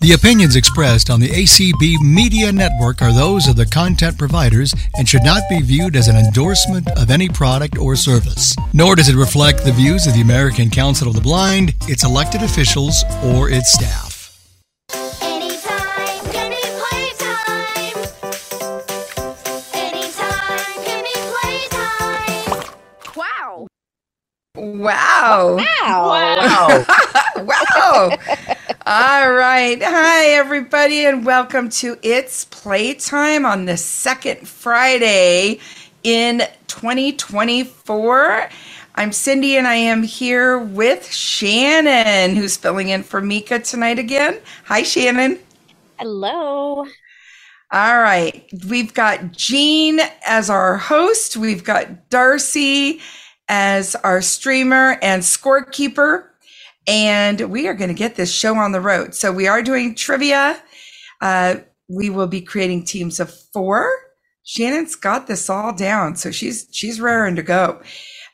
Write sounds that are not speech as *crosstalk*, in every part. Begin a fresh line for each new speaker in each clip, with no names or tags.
The opinions expressed on the ACB Media Network are those of the content providers and should not be viewed as an endorsement of any product or service. Nor does it reflect the views of the American Council of the Blind, its elected officials, or its staff.
Anytime, any playtime. Anytime, any playtime.
Wow.
Wow.
Wow.
*laughs* Wow. All right. Hi, everybody, and welcome to It's Playtime on the second Friday in 2024. I'm Cindy, and I am here with Shannon, who's filling in for Mika tonight again. Hi, Shannon.
Hello.
All right. We've got Jean as our host. We've got Darcy as our streamer and scorekeeper. And we are going to get this show on the road. So we are doing trivia. Uh, we will be creating teams of four. Shannon's got this all down. So she's, she's raring to go.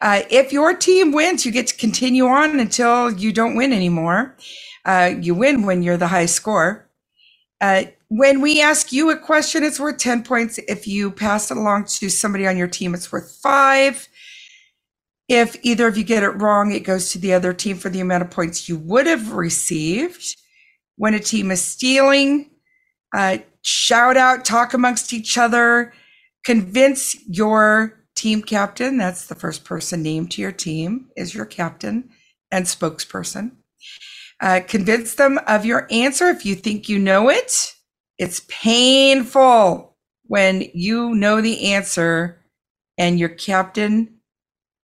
Uh, if your team wins, you get to continue on until you don't win anymore. Uh, you win when you're the high score. Uh, when we ask you a question, it's worth 10 points. If you pass it along to somebody on your team, it's worth five. If either of you get it wrong, it goes to the other team for the amount of points you would have received. When a team is stealing, uh, shout out, talk amongst each other, convince your team captain. That's the first person named to your team, is your captain and spokesperson. Uh, convince them of your answer if you think you know it. It's painful when you know the answer and your captain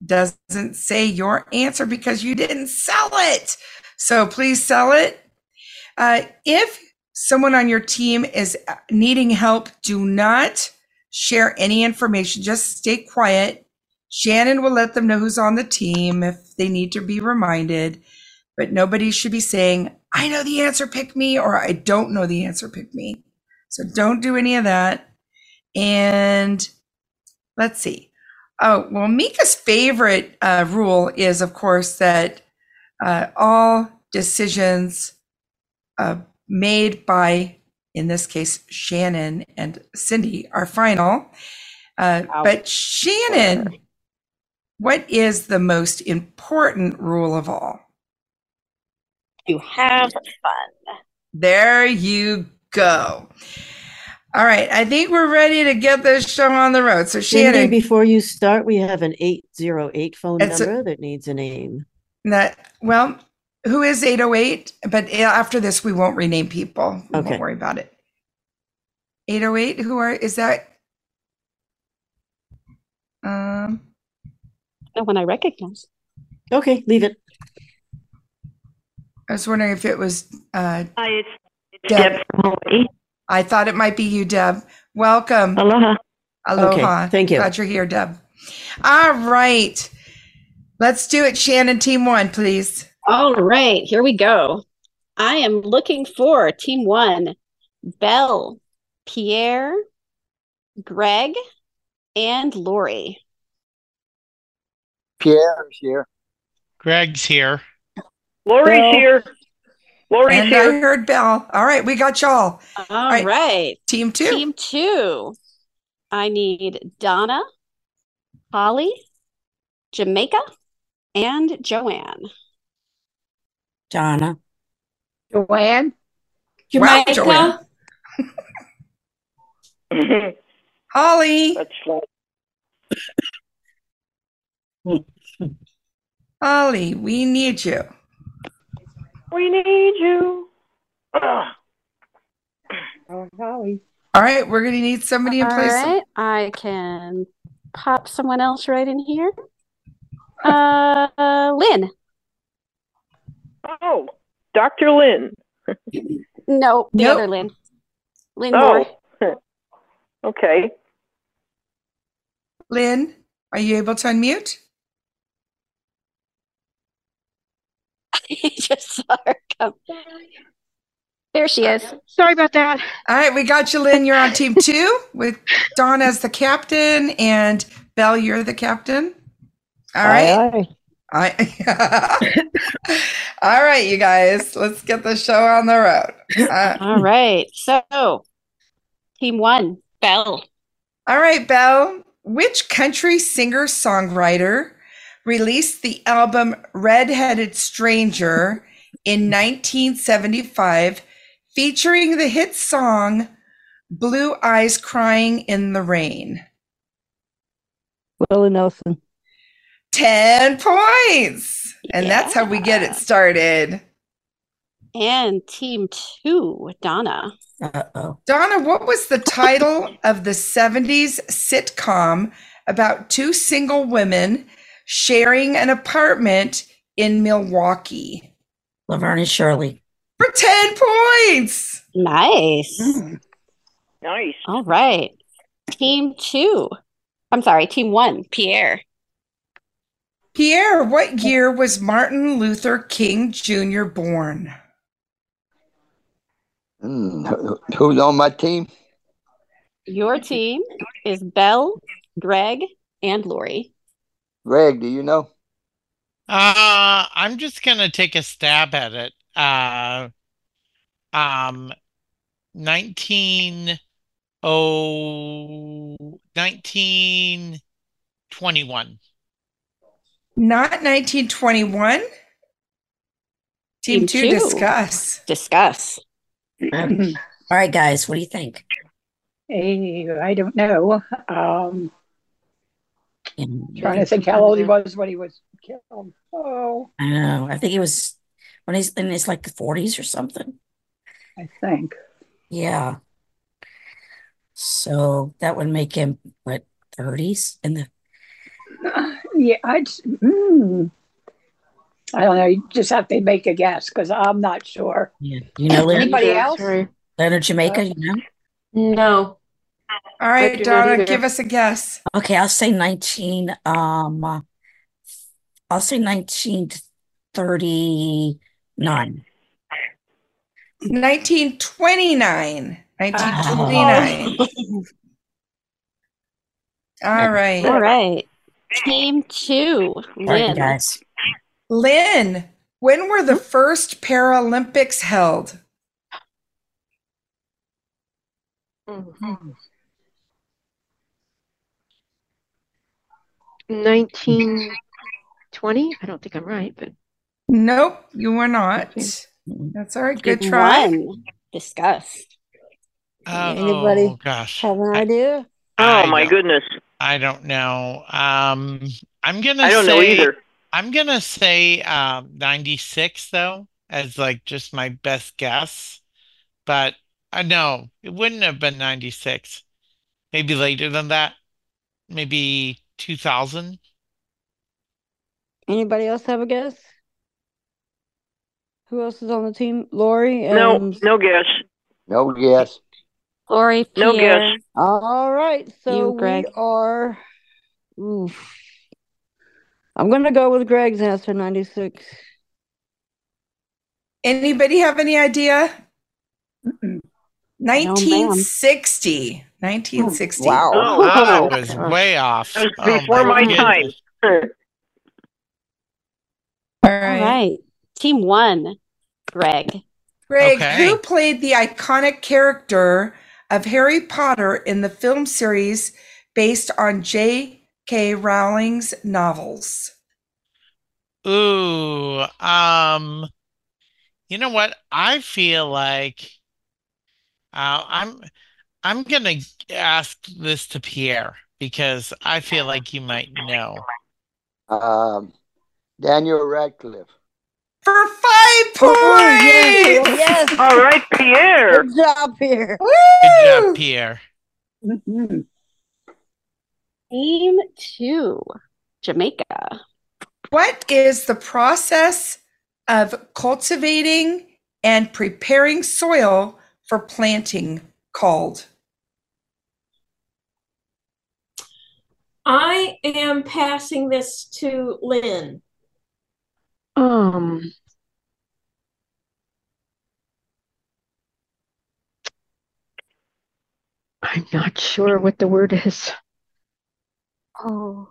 doesn't say your answer because you didn't sell it. So please sell it. Uh, if someone on your team is uh, needing help, do not share any information. Just stay quiet. Shannon will let them know who's on the team if they need to be reminded but nobody should be saying, I know the answer, pick me, or I don't know the answer, pick me. So don't do any of that. And let's see. Oh, well, Mika's favorite uh, rule is, of course, that uh, all decisions uh, made by, in this case, Shannon and Cindy are final. Uh, but Shannon, what is the most important rule of all?
You have fun.
There you go. All right, I think we're ready to get this show on the road. So
Cindy,
Shannon,
before you start, we have an 808 phone
It's a-
number that needs a name.
that well, who is 808? But eh, after this, we won't rename people. We
Okay.
won't worry about it. 808, who are is that? Um
The one I recognize.
Okay, leave it.
I was wondering if it was uh
Hi, it's it's
Deb.
Deb from Hawaii.
I thought it might be you, Deb. Welcome.
Aloha.
Aloha.
Okay, thank you.
Glad you're here, Deb. All right. Let's do it, Shannon. Team one, please.
All right, here we go. I am looking for team one Belle, Pierre, Greg, and Lori.
Pierre's here.
Greg's here.
Lori's
Hello.
here. Lori's
And I
here.
heard Bell. All right, we
*laughs*
got y'all.
All
right.
right,
Team two.
team two. I need Donna, Holly, Jamaica, and Joanne.
Donna.
Joanne.
Wow,
*laughs*
Jamaica.
Joanne.
That's
Holly.
right.
Holly, we need you.
We need you. Ah,
All right, we're gonna need somebody in
All
place.
right, I can pop someone else right in here. Uh, Lynn.
Oh, Dr. Lynn.
No, the
Nope.
other Lynn. Lynn
Oh. *laughs*
*laughs* Moore.
Okay.
Lynn, are you able to unmute?
I just saw her come. There she is.
Sorry about that.
All right, we got you, Lynn. You're on
*laughs*
team two with Don as the captain and Bell, you're the captain. All right.
Aye, aye.
I. *laughs* All right, you guys, let's get the show on the road. Uh,
All right. So, team one, Bell.
all right, Belle. Which country singer songwriter released the album Redheaded Stranger in 1975, featuring the hit song Blue Eyes Crying in the Rain?
Willie Nelson.
10 points. And that's how we get
Yeah.
it started.
And team two, Donna.
Uh-oh.
Donna, what was the title of the 70s sitcom about two single women sharing an apartment in Milwaukee?
Laverne and Shirley.
For 10 points.
Nice.
Mm. Nice.
All right. Team two. I'm sorry, team one, Pierre.
Pierre, what year was Martin Luther King Jr. born?
Mm, who- who's on my team?
Your team is Bell, Greg, and Lori.
Greg, do you know?
Uh, I'm just gonna take a stab at it. Uh, um, 19 oh, 1921.
Not 1921.
Team
Team two,
two.
discuss.
Discuss.
Um, All right, guys, what do you think?
Hey, I don't know. Um, trying to
I
think how old he was when he was killed. Oh,
don't know. I think it was when he's in his like the 40s or something.
I think.
Yeah. So that would make him what 30s in the
Yeah, I'd. Mm, I don't know. You just have to make a guess because I'm not sure.
yeah. you know Leonard,
Anybody else?
Leonard Jamaica, you know?
No.
All right,
do not
Donna,
either.
give us a guess.
Okay, I'll say 19 um I'll say 1939.
1929. 1929. All
All
right.
right. Team two,
All right,
Lynn. Hmm?
guys.
Lynn, when were the first Paralympics held?
Nineteen twenty. I don't think I'm right, but
Nope, you were not. That's all right. Good
Team
try.
one, discuss.
Anybody Oh, gosh. Have an idea? I
Oh, my
don't-
goodness.
I don't know. Um, I'm gonna
I don't know
say
either.
I'm gonna say um 96 though, as like just my best guess. But I know it wouldn't have been 96. Maybe later than that. Maybe 2000.
Anybody else have a guess? Who else is on the team? Lori and
No, no guess.
No guess.
Lori,
No guess.
Pierre,
All right, so
Greg.
we are. Oof. I'm gonna go with Greg's answer, 96.
Anybody have any idea? 1960. 1960.
Wow.
Oh,
I
wow.
was way off.
That was
Oh my
before my time.
goodness.
All
All right.
right. Team one, Greg.
Greg,
Okay.
who played the iconic character of Harry Potter in the film series based on J.K. Rowling's novels?
Ooh, um, you know what? I feel like uh, I'm I'm gonna ask this to Pierre because I feel like you might know.
Um, Daniel Radcliffe.
For five points!
Yes,
All right, Pierre.
good job here.
Good job,
Woo!
Pierre.
Mhm.
Team two, Jamaica.
What is the process of cultivating and preparing soil for planting called?
I am passing this to Lynn.
um. I'm not sure what the word is. Oh.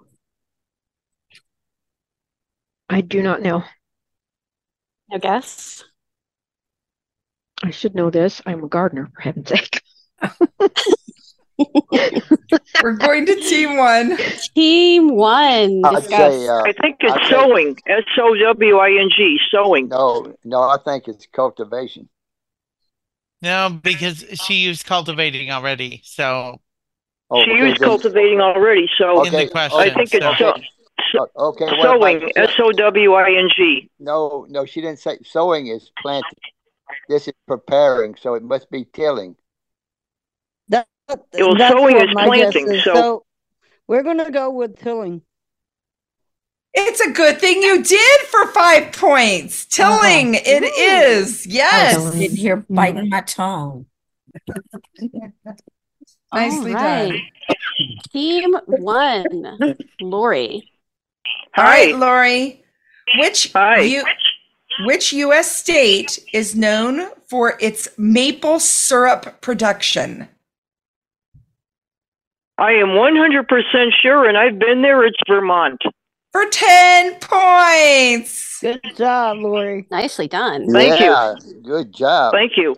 I do not know.
No guess.
I should know this. I'm a gardener, for heaven's sake.
*laughs* We're going to team one.
Team one.
I'd say, uh,
I think it's
I'd say-
sewing. S O W I N G, sewing.
No, no, I think it's cultivation.
No, because she used cultivating already, so
Oh,
She
okay,
used
then-
cultivating already, so
in the
Okay,
question,
I think it's
so
so,
oh, okay. what about-
sewing. S O W I N G.
No, no, she didn't say sowing is planting. This is preparing, so it must be tilling.
That,
It was
that's
sowing
what
is
my guess
planting,
is.
so-
we're going to go with tilling.
It's a good thing you did for five points.
Uh-huh.
Tilling, it
Oh, I was
is. Yes.
in here biting my tongue.
Nicely
All
done.
right. Team one, Lori.
All right,
Hi.
Lori. Which
Hi.
you which US state is known for its maple syrup production?
I am 100% sure, and I've been there. It's Vermont.
For 10 points.
Good job, Lori.
Nicely done.
Thank you.
yeah, you. Good job.
Thank you.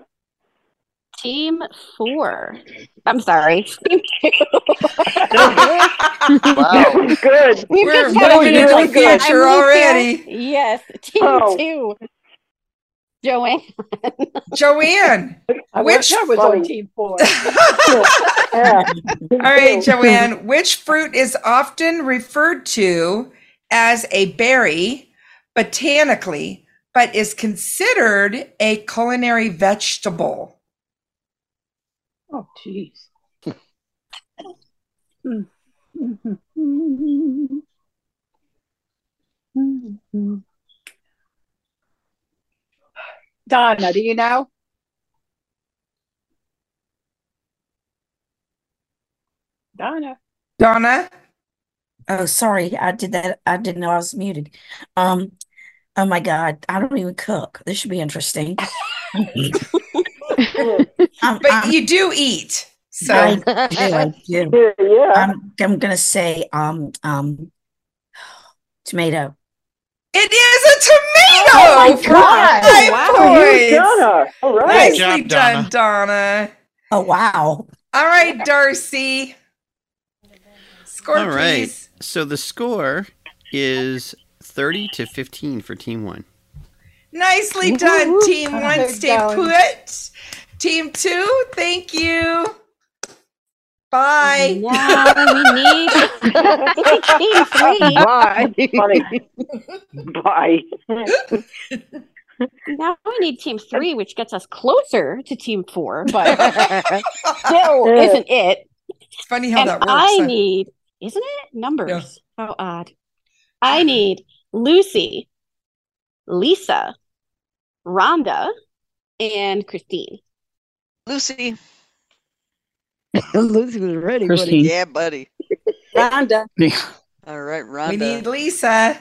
Team four. I'm sorry. *laughs* Team two.
That
Wow.
Oh.
*laughs*
was good.
We've
We're
just had a
moving into
really
the
good-
future
I'm with you.
already.
Yes. *laughs* Team
Oh.
two.
*laughs*
Joanne.
Joanne.
*laughs* I
Which
wish I was on team four. *laughs*
All right, Joanne. Which fruit is often referred to as a berry botanically, but is considered a
*laughs*
culinary vegetable?
Oh, jeez. Donna, do you know? Donna.
Donna?
Oh, sorry. I did that. I didn't know I was muted. Um, oh my God. I don't even cook. This should be interesting. I'm,
But
I'm,
you do eat. So *laughs*
I do, I do.
Yeah, yeah.
I'm, I'm gonna say um um tomato.
it is a tomato.
Oh my
for
God.
five
Wow,
points.
Donna. All right.
Good
Nicely
job,
done, Donna.
Oh wow.
All right, Darcy. Score,
All right.
please.
So the score is 30 to 15 for team 1.
Nicely done, team one.
Good
Stay
going.
put. Team two, thank you. *laughs* Bye.
Yeah, we need *laughs* team
*laughs*
three.
Bye.
Funny.
*laughs*
Bye.
Now we need team three, which gets us closer to team four, but still
Yeah.
isn't it.
It's funny how
And
that works.
I
huh?
need, isn't it? Numbers. How odd. I need Lucy, Lisa, Rhonda, and Christine.
Lucy.
*laughs* Lucy was ready. buddy.
Christine.
Yeah, buddy.
Rhonda.
All right, Rhonda.
we need Lisa.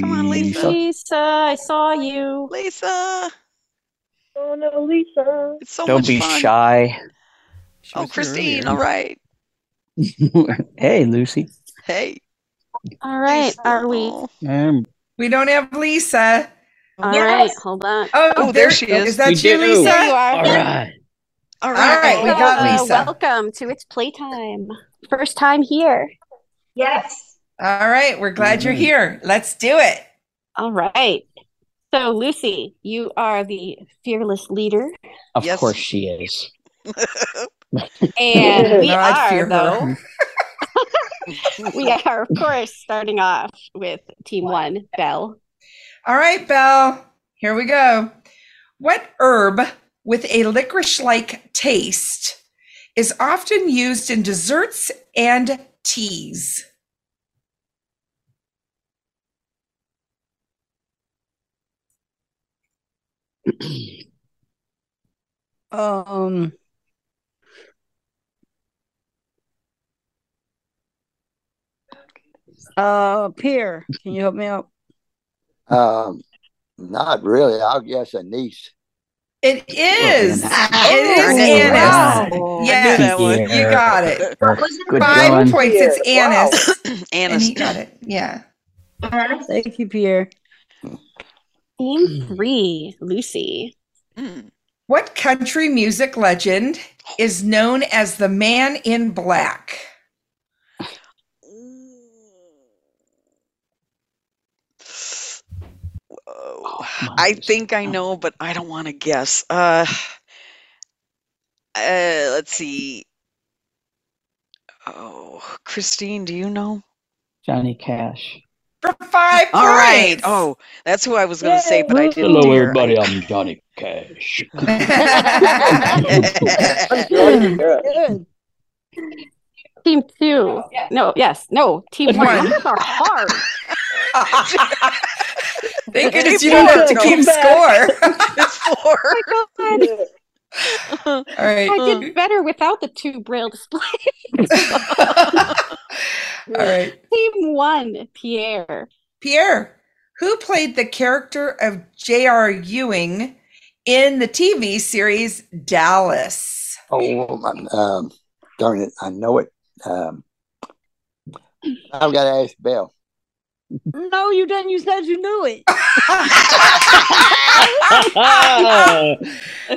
Come on, Lisa.
Lisa, I saw you.
Lisa.
Oh, no, Lisa.
It's so
Don't
much
be
fun.
shy.
She
Oh,
was here
Christine.
earlier.
All right.
*laughs* hey, Lucy.
Hey.
All right,
Lisa.
are we?
Oh,
Um,
We don't have Lisa.
All right, hold on.
Oh,
Oh, there she is.
Is that
We
you,
do.
Lisa?
There you are.
all right.
All
All
right.
right, we got
Hello,
Lisa.
Welcome to It's Playtime. First time here.
Yes.
All right, we're glad you're
Mhm.
here. Let's do it.
All right. So, Lucy, you are the fearless leader,
Of
Yes.
course she is.
and we
No, I'd fear
are,
her.
though,
*laughs*
we are, of course, starting off with Team One, Belle.
All right, Belle, here we go. What herb with a licorice like taste is often used in desserts and teas?
Um, uh, Pierre, can you help me out?
Um, not really. I'll guess a niece.
It is.
Darn
It is
it.
anise.
Wow.
Yes,
I knew that one.
you got it.
Good
Five
going.
points. It's anise. *coughs* And
Anise.
he got it. Yeah.
All right.
Uh, Thank you, Pierre.
Theme
*laughs*
three, Lucy.
Hmm.
What country music legend is known as the Man in Black?
I think I know, but I don't want to guess. Uh, uh, let's see. Oh, Christine, do you know?
Johnny Cash.
Five
All right.
points.
Oh, that's who I was going to say, but I didn't.
Hello,
dare.
everybody. I'm Johnny Cash.
*laughs*
*laughs*
Good. Team two. No, yes, no.
*laughs*
Team
Team
one.
one.
These are hard.
*laughs* Thank goodness you don't have to keep score. *laughs*
All
right.
Oh I did better without the two braille displays.
All
*laughs*
right.
Team one, Pierre.
Pierre, who played the character of J.R. Ewing in the TV series
*laughs*
Dallas?
Oh, um, darn it! I know it. Um, I've got to ask Bill.
No, you didn't. You said you knew it.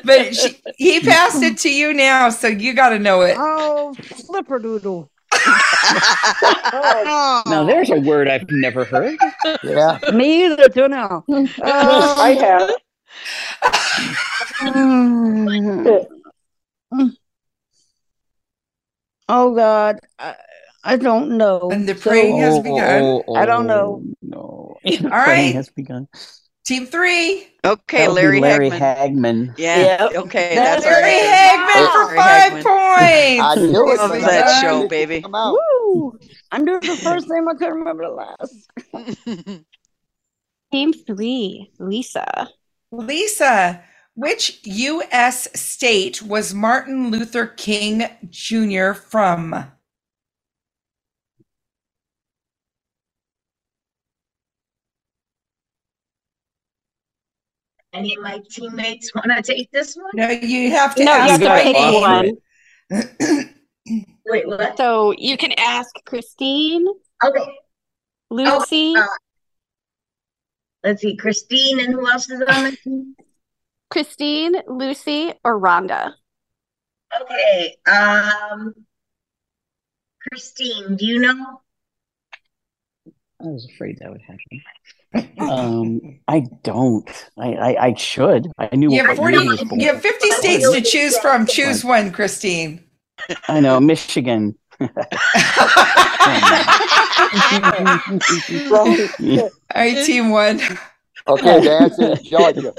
but she, he passed it to you now, so you got to know it.
Oh, flipperdoodle.
Now there's a word I've never heard.
Yeah.
*laughs* Me either, Um, till now.
I
*laughs*
have.
*laughs*
have. oh God, I, I don't know.
And the praying has
Oh, begun. oh, oh,
I don't know. *laughs*
No.
All
Playing
right.
has begun.
Team three.
That
Okay,
would be
Larry,
Larry
Hagman.
Hagman.
Yeah. Okay, that's
Larry Hagman for five
I
points.
knew it
Love
was
that
Larry.
show, baby.
Woo! I knew the first name. I couldn't remember the last.
Team three, Lisa.
Lisa, which U.S. state was Martin Luther King Jr. from?
Any of my teammates want to take this one?
No, you have
No, you have to pick one.
Wait, what?
So you can ask Christine.
Okay. Oh, uh,
Lucy.
Let's see, Christine and who else is
*laughs*
on the team?
Christine, Lucy, or Rhonda?
Okay, um, Christine, do you know?
I was afraid that would happen. Um, I don't. I, I, I should. I knew
You
what
have forty.
year was born.
You have fifty states to choose from. Choose one,
*laughs*
Christine.
I know Michigan. *laughs*
All right, team one.
Okay, the answer is Georgia.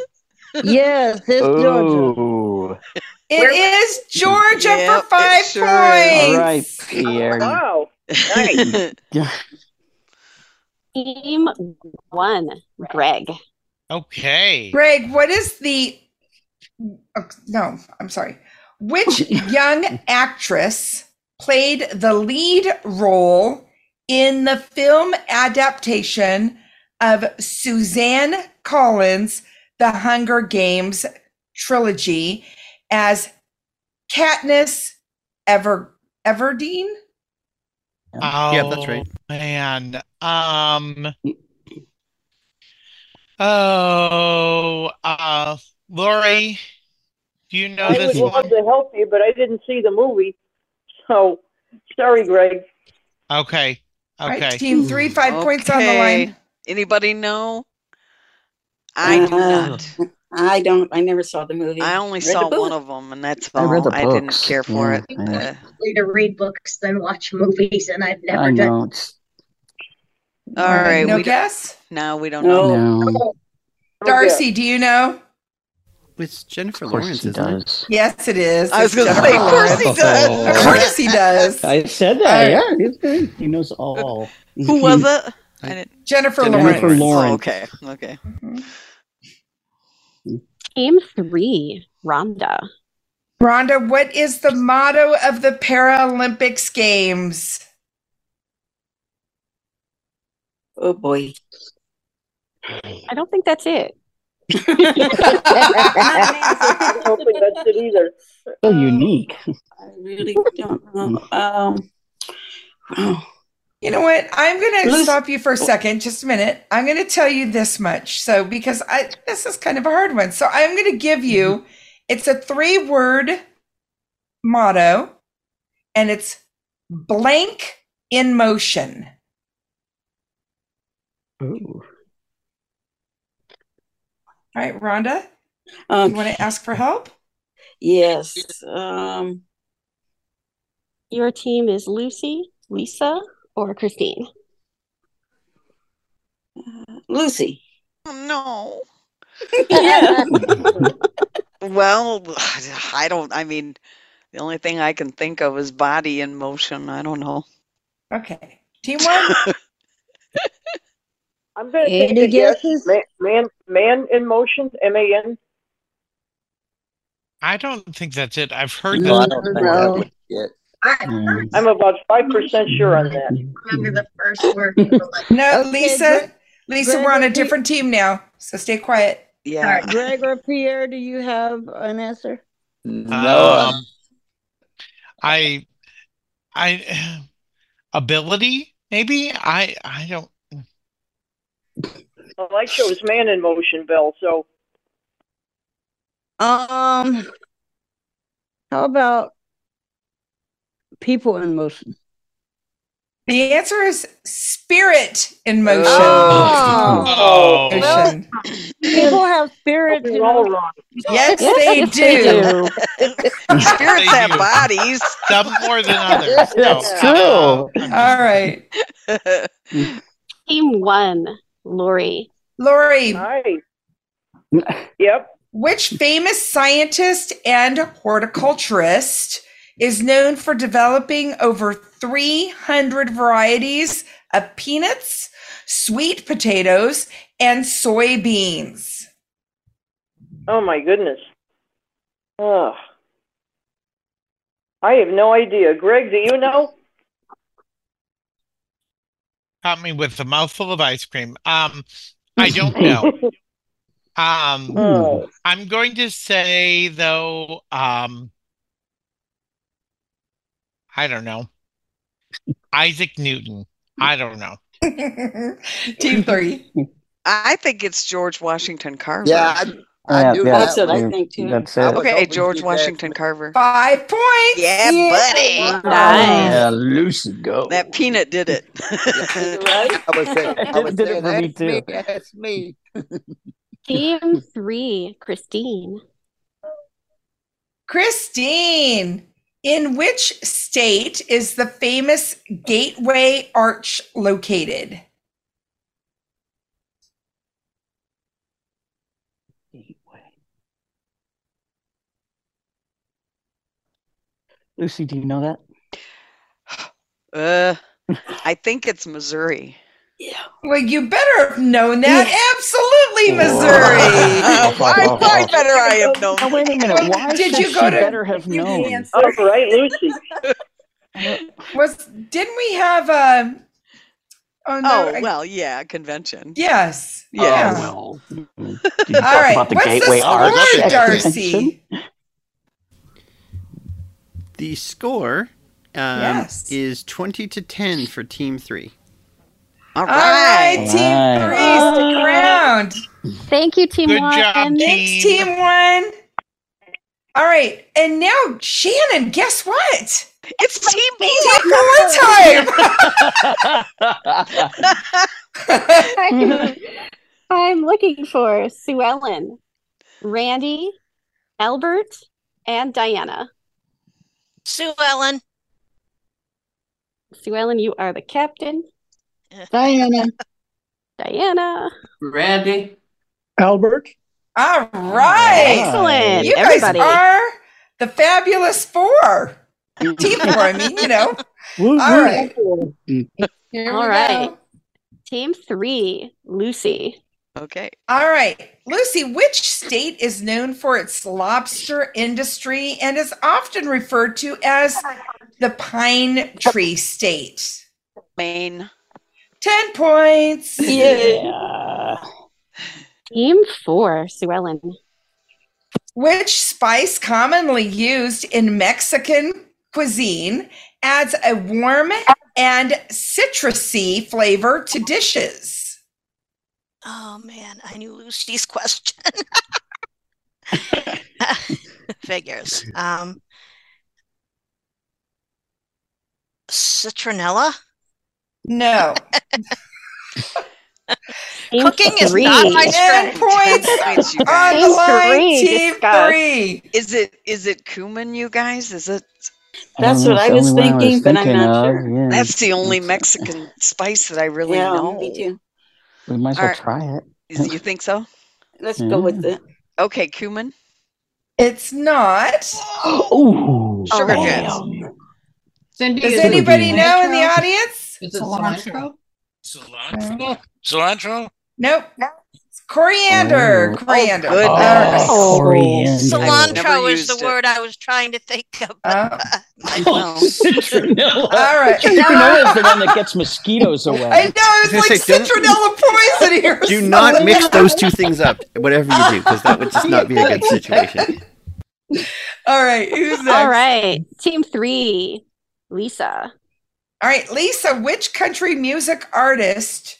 Yes, it's Georgia.
Ooh.
It is Georgia
Yep,
for five
sure
All
points.
right, Pierre.
wow.
*laughs*
Nice.
Team one, Greg.
*laughs* Okay.
Greg, what is the? oh, no, I'm sorry. Which
*laughs*
young actress played the lead role in the film adaptation of Suzanne Collins' The Hunger Games trilogy as Katniss Ever Everdeen?
Yeah, that's right.
Oh, man. Um, oh, uh, Lori, do you know
I
this
would love
one?
to help you, but I didn't see the movie. So, sorry, Greg.
Okay.
All right,
Okay.
team three, five
Mm,
points on the line.
Anybody know? I do not.
Uh, I don't. I never saw the movie.
I only
Read the
saw
book. Uh,
one of them, and that's
I
all.
read the
Oh, I didn't
books,
care for
yeah,
it.
I-
Uh,
Way to read books than watch movies, and I've never
I
done.
know. It's,
all
All right,
right.
no
we don't-
guess? Oh,
No, we don't know.
no. Oh,
Darcy, do you know?
It's Jennifer
Of course
Lawrence,
he
isn't it?
does.
Yes, it is.
I was
It's
gonna
Jennifer
say, of course he
Lawrence.
does.
Of course he does.
I said
All
that.
right.
Yeah, he's good. He knows all.
Who was it? I didn't.
Jennifer
Jennifer
Lawrence.
Oh,
Lawrence.
okay. Okay.
Team three, Rhonda.
Rhonda, what is the motto of the Paralympics Games?
Oh boy.
*laughs*
*laughs*
I don't think that's it.
I don't think that's it either.
So unique.
Really
don't
Oh.
know. Um,
You know what? I'm going to stop you for a second, just a minute. I'm going to tell you this much. So, because I this is kind of a hard one. So, I'm going to give
Mm-hmm.
you it's a three word motto and it's blank in motion.
Ooh.
All right, Rhonda,
Um,
you want to ask for help?
Yes. Um,
Your team is Lucy, Lisa, or Christine?
Lucy.
Oh,
*laughs*
No.
Yeah.
Well, *sighs* I don't, I mean, the only thing I can think of is body in motion. I don't know.
Okay. Team
*laughs*
one?
I'm going to
Any
take a guess.
guesses?
Man, man, man in motion, M A N.
I don't think that's it. I've heard
No, I
that
don't think
before.
that's
Um,
I'm about 5% sure on that.
Remember the first word.
No,
Okay,
Lisa, Lisa, we're on a
Greg, we-
different team now. So, stay quiet.
All right, Greg or Pierre, do you have an answer?
No,
Um, I, I, *sighs* ability maybe. I I don't.
Well, I chose man in motion, Bill, so
Um, how about people in motion?
The answer is spirit in motion.
Oh.
Motion.
Well, people have spirit. You know?
Yes, they
Yes, they
*laughs*
do.
Spirits
have
bodies.
Some more than others.
*laughs*
That's true.
All right.
Team one, Lori.
Lori.
Hi. Yep.
Which famous scientist and horticulturist is known for developing over 300 varieties of peanuts, sweet potatoes, and soybeans?
Oh my goodness. Ugh. I have no idea. Greg, do you know?
Caught me with a mouthful of ice cream. Um, I don't know. Um,
Oh.
I'm going to say though, um, I don't know. Isaac Newton. I don't know.
*laughs* Team three.
I think it's George Washington Carver.
Yeah, I
Yeah,
knew
yeah,
that
That's what I
one.
think, too. That's
I
it.
was
Okay,
hoping
George
she'd
Washington
ask me.
Carver. Five points.
Yeah,
Yeah.
buddy.
Nice.
Yeah, Lucy, go.
That peanut did
*laughs*
it.
I was saying, I was
Did it
saying,
for me,
ask
too.
me, ask me.
*laughs*
Team three, Christine. *laughs*
Christine, in which state is the famous Gateway Arch located?
Lucy, do you know that?
Uh, I think it's Missouri.
Well, you better have known that. Absolutely,
I
Missouri.
thought better I have known.
Now, wait a minute. Why
Did
should
you
she
go to-
better have
You
known?
answer.
All Oh, right,
*laughs*
Lucy.
Was didn't we have um oh no
Oh,
I-
well, yeah, convention.
yes.
Yeah.
Yeah. Oh,
well.
All right.
about the
What's
Gateway
the
Arch
score,
at
Darcy?
The score um,
Yes.
is 20 to 10 for team three.
All
right, team
All
three, stick around.
Thank you, team
Oh. Good
one.
job,
Thanks, team one. All right, and now Shannon, guess what?
It's team
Team four
*laughs*
time.
I'm, I'm looking for Sue Ellen, Randy, Albert, and Diana.
Sue Ellen.
Sue Ellen, you are the captain.
Diana.
Diana.
Randy.
Albert.
All right.
Excellent,
You
everybody.
guys are the fabulous four. Team four, I mean, you know. All right.
All right. Team three, Lucy.
Okay.
All right. Lucy, which state is known for its lobster industry and is often referred to as the pine tree state?
Maine.
10 points.
Yeah.
Team four, Sue Ellen.
Which spice commonly used in Mexican cuisine adds a warm and citrusy flavor to dishes?
Oh man, I knew Lucy's question. *laughs* Figures. Um, citronella.
No.
*laughs* Cooking is not my strength.
points you
on
guys.
the line, team three.
Is it is it cumin, you guys? Is it?
I don't That's know, what it's I the was only one I was thinking, but I'm thinking not of, sure. yeah.
That's the only Mexican spice that I really
Yeah,
know.
me too.
We might as well
Alright.
try it. *laughs*
Is- You think so?
Let's
go with
it.
Okay, cumin.
It's not.
*gasps* Ooh, Oh,
Sugar
damn.
cubes.
Cindy,
is it
Does anybody
cilantro?
know in the audience?
Is it cilantro? Cilantro?
Cilantro?
Nope. It's coriander.
Oh. Oh,
Coriander.
goodness.
All right.
Oh.
Coriander.
Cilantro is the word I was trying to think of.
Oh.
*laughs*
Oh,
Citronella.
All right.
*laughs* Citronella is the one that gets mosquitoes away.
I know. It's
*laughs* I was
like
gonna say, don't-
citronella poison here.
*laughs*
*laughs*
Do not mix those two things up, whatever you do, because that would just not be a
*laughs*
good situation.
All right. Who's
*laughs*
next?
All right. Team three, Lisa.
All right, Lisa, which country music artist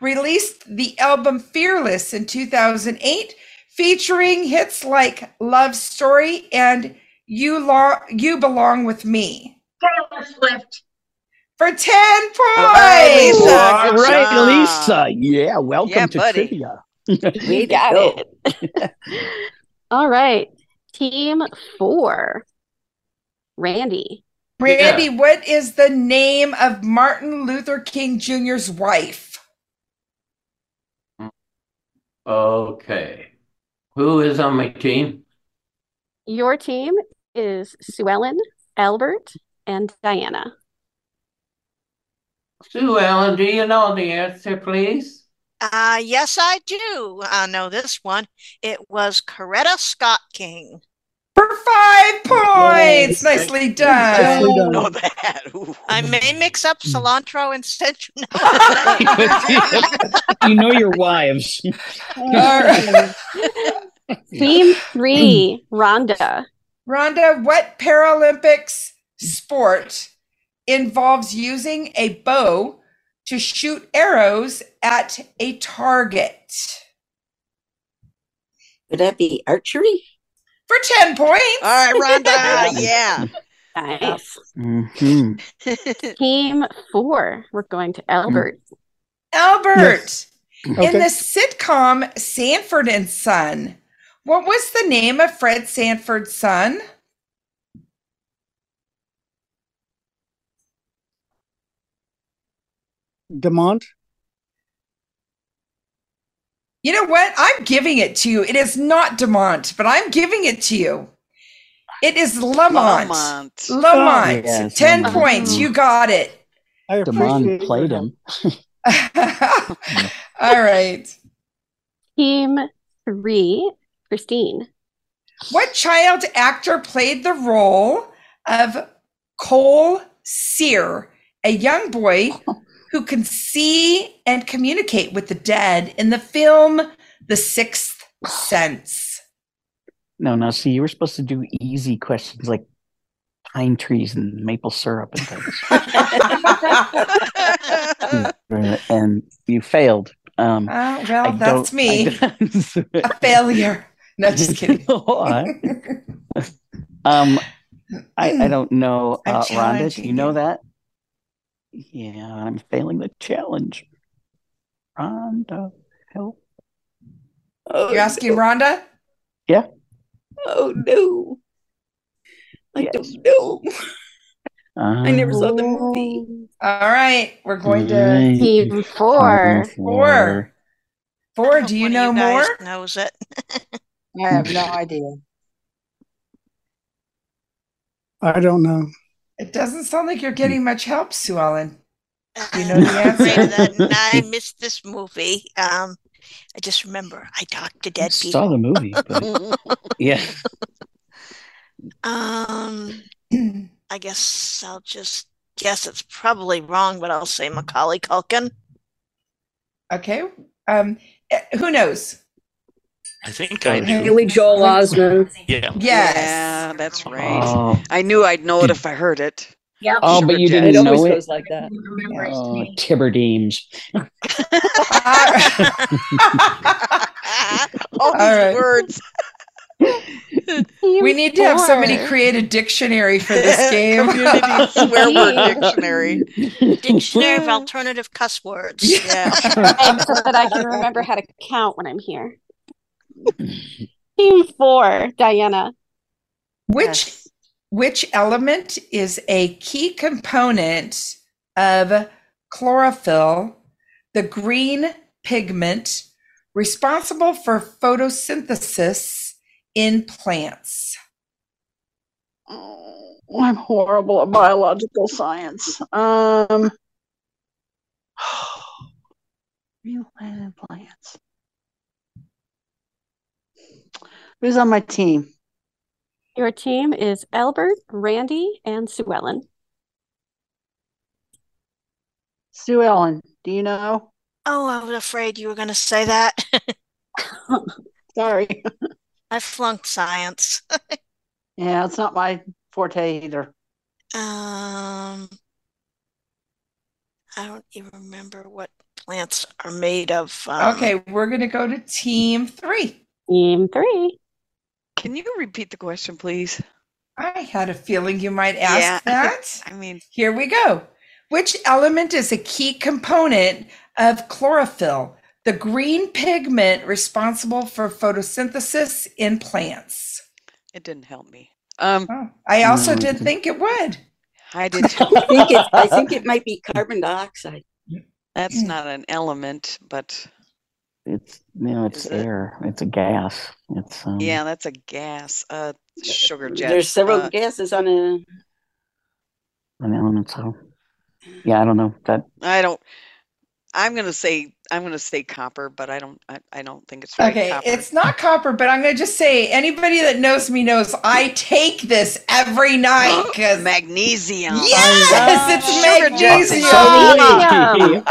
released the album Fearless in 2008, featuring hits like Love Story and You, Lo- you Belong With Me?
Taylor Swift.
For 10 points.
Ooh, all right, Lisa. Yeah, welcome
Yeah,
to
buddy.
trivia. *laughs*
We got it. All right. Team four, Randy.
Randy, what is the name of Martin Luther King Jr.'s wife?
Okay. Who is on my team?
Your team is Sue Ellen, Albert, and Diana.
Sue Ellen, do you know the answer, please?
Uh, yes, I do. I know this one. It was Coretta Scott King.
Five points. Nicely done.
Nicely done. Know that.
I may mix up
Hmm.
cilantro and citronella.
*laughs* you know your *laughs* wives.
*laughs* Team three, Rhonda.
Rhonda, what Paralympics sport involves using a bow to shoot arrows at a target?
Would that be archery?
For 10 points.
All right, Rhonda.
*laughs*
yeah.
Nice.
Mhm.
Team four, we're going to Albert.
Albert,
Yes.
in
Okay.
the sitcom Sanford and Son, what was the name of Fred Sanford's son?
Demont.
You know what? I'm giving it to you. It is not Demont, but I'm giving it to you. It is Lamont.
Lamont.
Lamont.
Oh, yes,
10
Lamont.
points. You got it.
I
Damon played him.
All right.
Team three, Christine.
What child actor played the role of Cole Sear, a young boy who can see and communicate with the dead in the film The Sixth Sense?
No, no. See, you were supposed to do easy questions like pine trees and maple syrup and things, *laughs* and you failed. Um,
Ah, well,
I
that's
don't-
me.
I don't- *laughs*
A failure. No, just kidding.
um, I, I don't know,
I'm
uh, Rhonda. Do you
challenging
know that? Yeah, I'm failing the challenge. Rhonda, help.
You're asking Rhonda?
Yeah.
Oh no. I don't know. I never saw the movie.
All right, we're going to
Right. Team four.
Four. Four. Do you know
you
more?
guys knows
*laughs*
it.
I have no
idea.
I don't know.
It doesn't sound like you're getting much help, Sue Ellen.
*laughs*
Do you know the answer?
*laughs*
*laughs*
I missed this movie. Um, I just remember I talked to dead people.
Saw the movie, but
*laughs*
yeah.
*clears throat*
Um, I guess I'll just guess it's probably wrong, but I'll say Macaulay Culkin.
Okay. Um, eh, who knows?
I think I do.
Haley Joel Osment.
Yeah.
Yes. Yeah, that's right. I knew I'd know it if I heard it.
Yeah.
Oh, but you didn't know it?
like that.
Oh, Tibberdeams.
All these
right.
words.
We need to have somebody create a dictionary
*laughs*
for this game. *laughs*
Community swear word dictionary.
Dictionary
Hmm.
of alternative cuss words.
Yeah.
*laughs*
Right, so that I can remember how to count when I'm here. Team four, Diana.
Which which element is a key component of chlorophyll, the green pigment responsible for photosynthesis in plants?
I'm horrible at biological science. Um, *sighs* real planet plants. Who's on my team?
Your team is Albert, Randy, and Sue Ellen.
Sue Ellen. Do you know?
Oh, I was afraid you were going to say that.
*laughs* Sorry.
I flunked science. *laughs*
Yeah, it's not my forte either.
Um, I don't even remember what plants are made of. Um,
Okay, we're going to go to team three.
Team three.
Can you repeat the question, please?
I had a feeling you might ask
Yeah. *laughs*
that.
I mean,
here we go. Which element is a key component of chlorophyll, the green pigment responsible for photosynthesis in plants?
It didn't help me. Um,
I also didn't think it would.
I did. too.
*laughs* I think it, I think it might be carbon dioxide.
That's not an element, but
It's no, it's air. It's a gas. It's um,
yeah, that's a gas. Uh, sugar jet.
There's several
Uh,
gases on a.
an element. So, yeah, I don't know that.
I don't. I'm gonna say I'm gonna say copper, but I don't. I, I don't think it's right.
Okay,
copper.
it's not copper, but I'm going to just say anybody that knows me knows I take this
*gasps*
every night because
magnesium.
Yes, it's magnesium.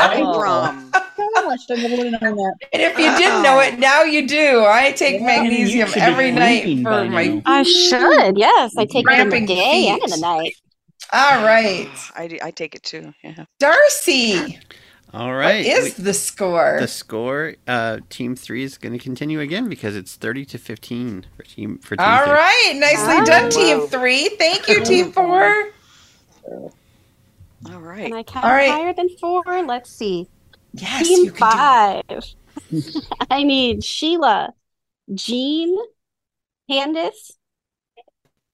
*laughs*
Oh.
And if you didn't know it, now you do. I take magnesium
should be
every night
drinking
for
by
my.
I should. Yes, I take it in the
Ramping
day and in the
feet.
night.
All right,
I, do- I take it too. Yeah.
Darcy.
All right.
What
we-
is the score?
The score, uh, team three is going to continue again because it's 30 to 15 for team for team
All
three.
right, nicely
Wow.
done,
Wow.
Team Three. Thank you, Team Four.
All right.
Can I count
All right.
higher than four? Let's see.
Yes,
Team
you
five.
*laughs*
*laughs* I need Sheila, Jean, Candace,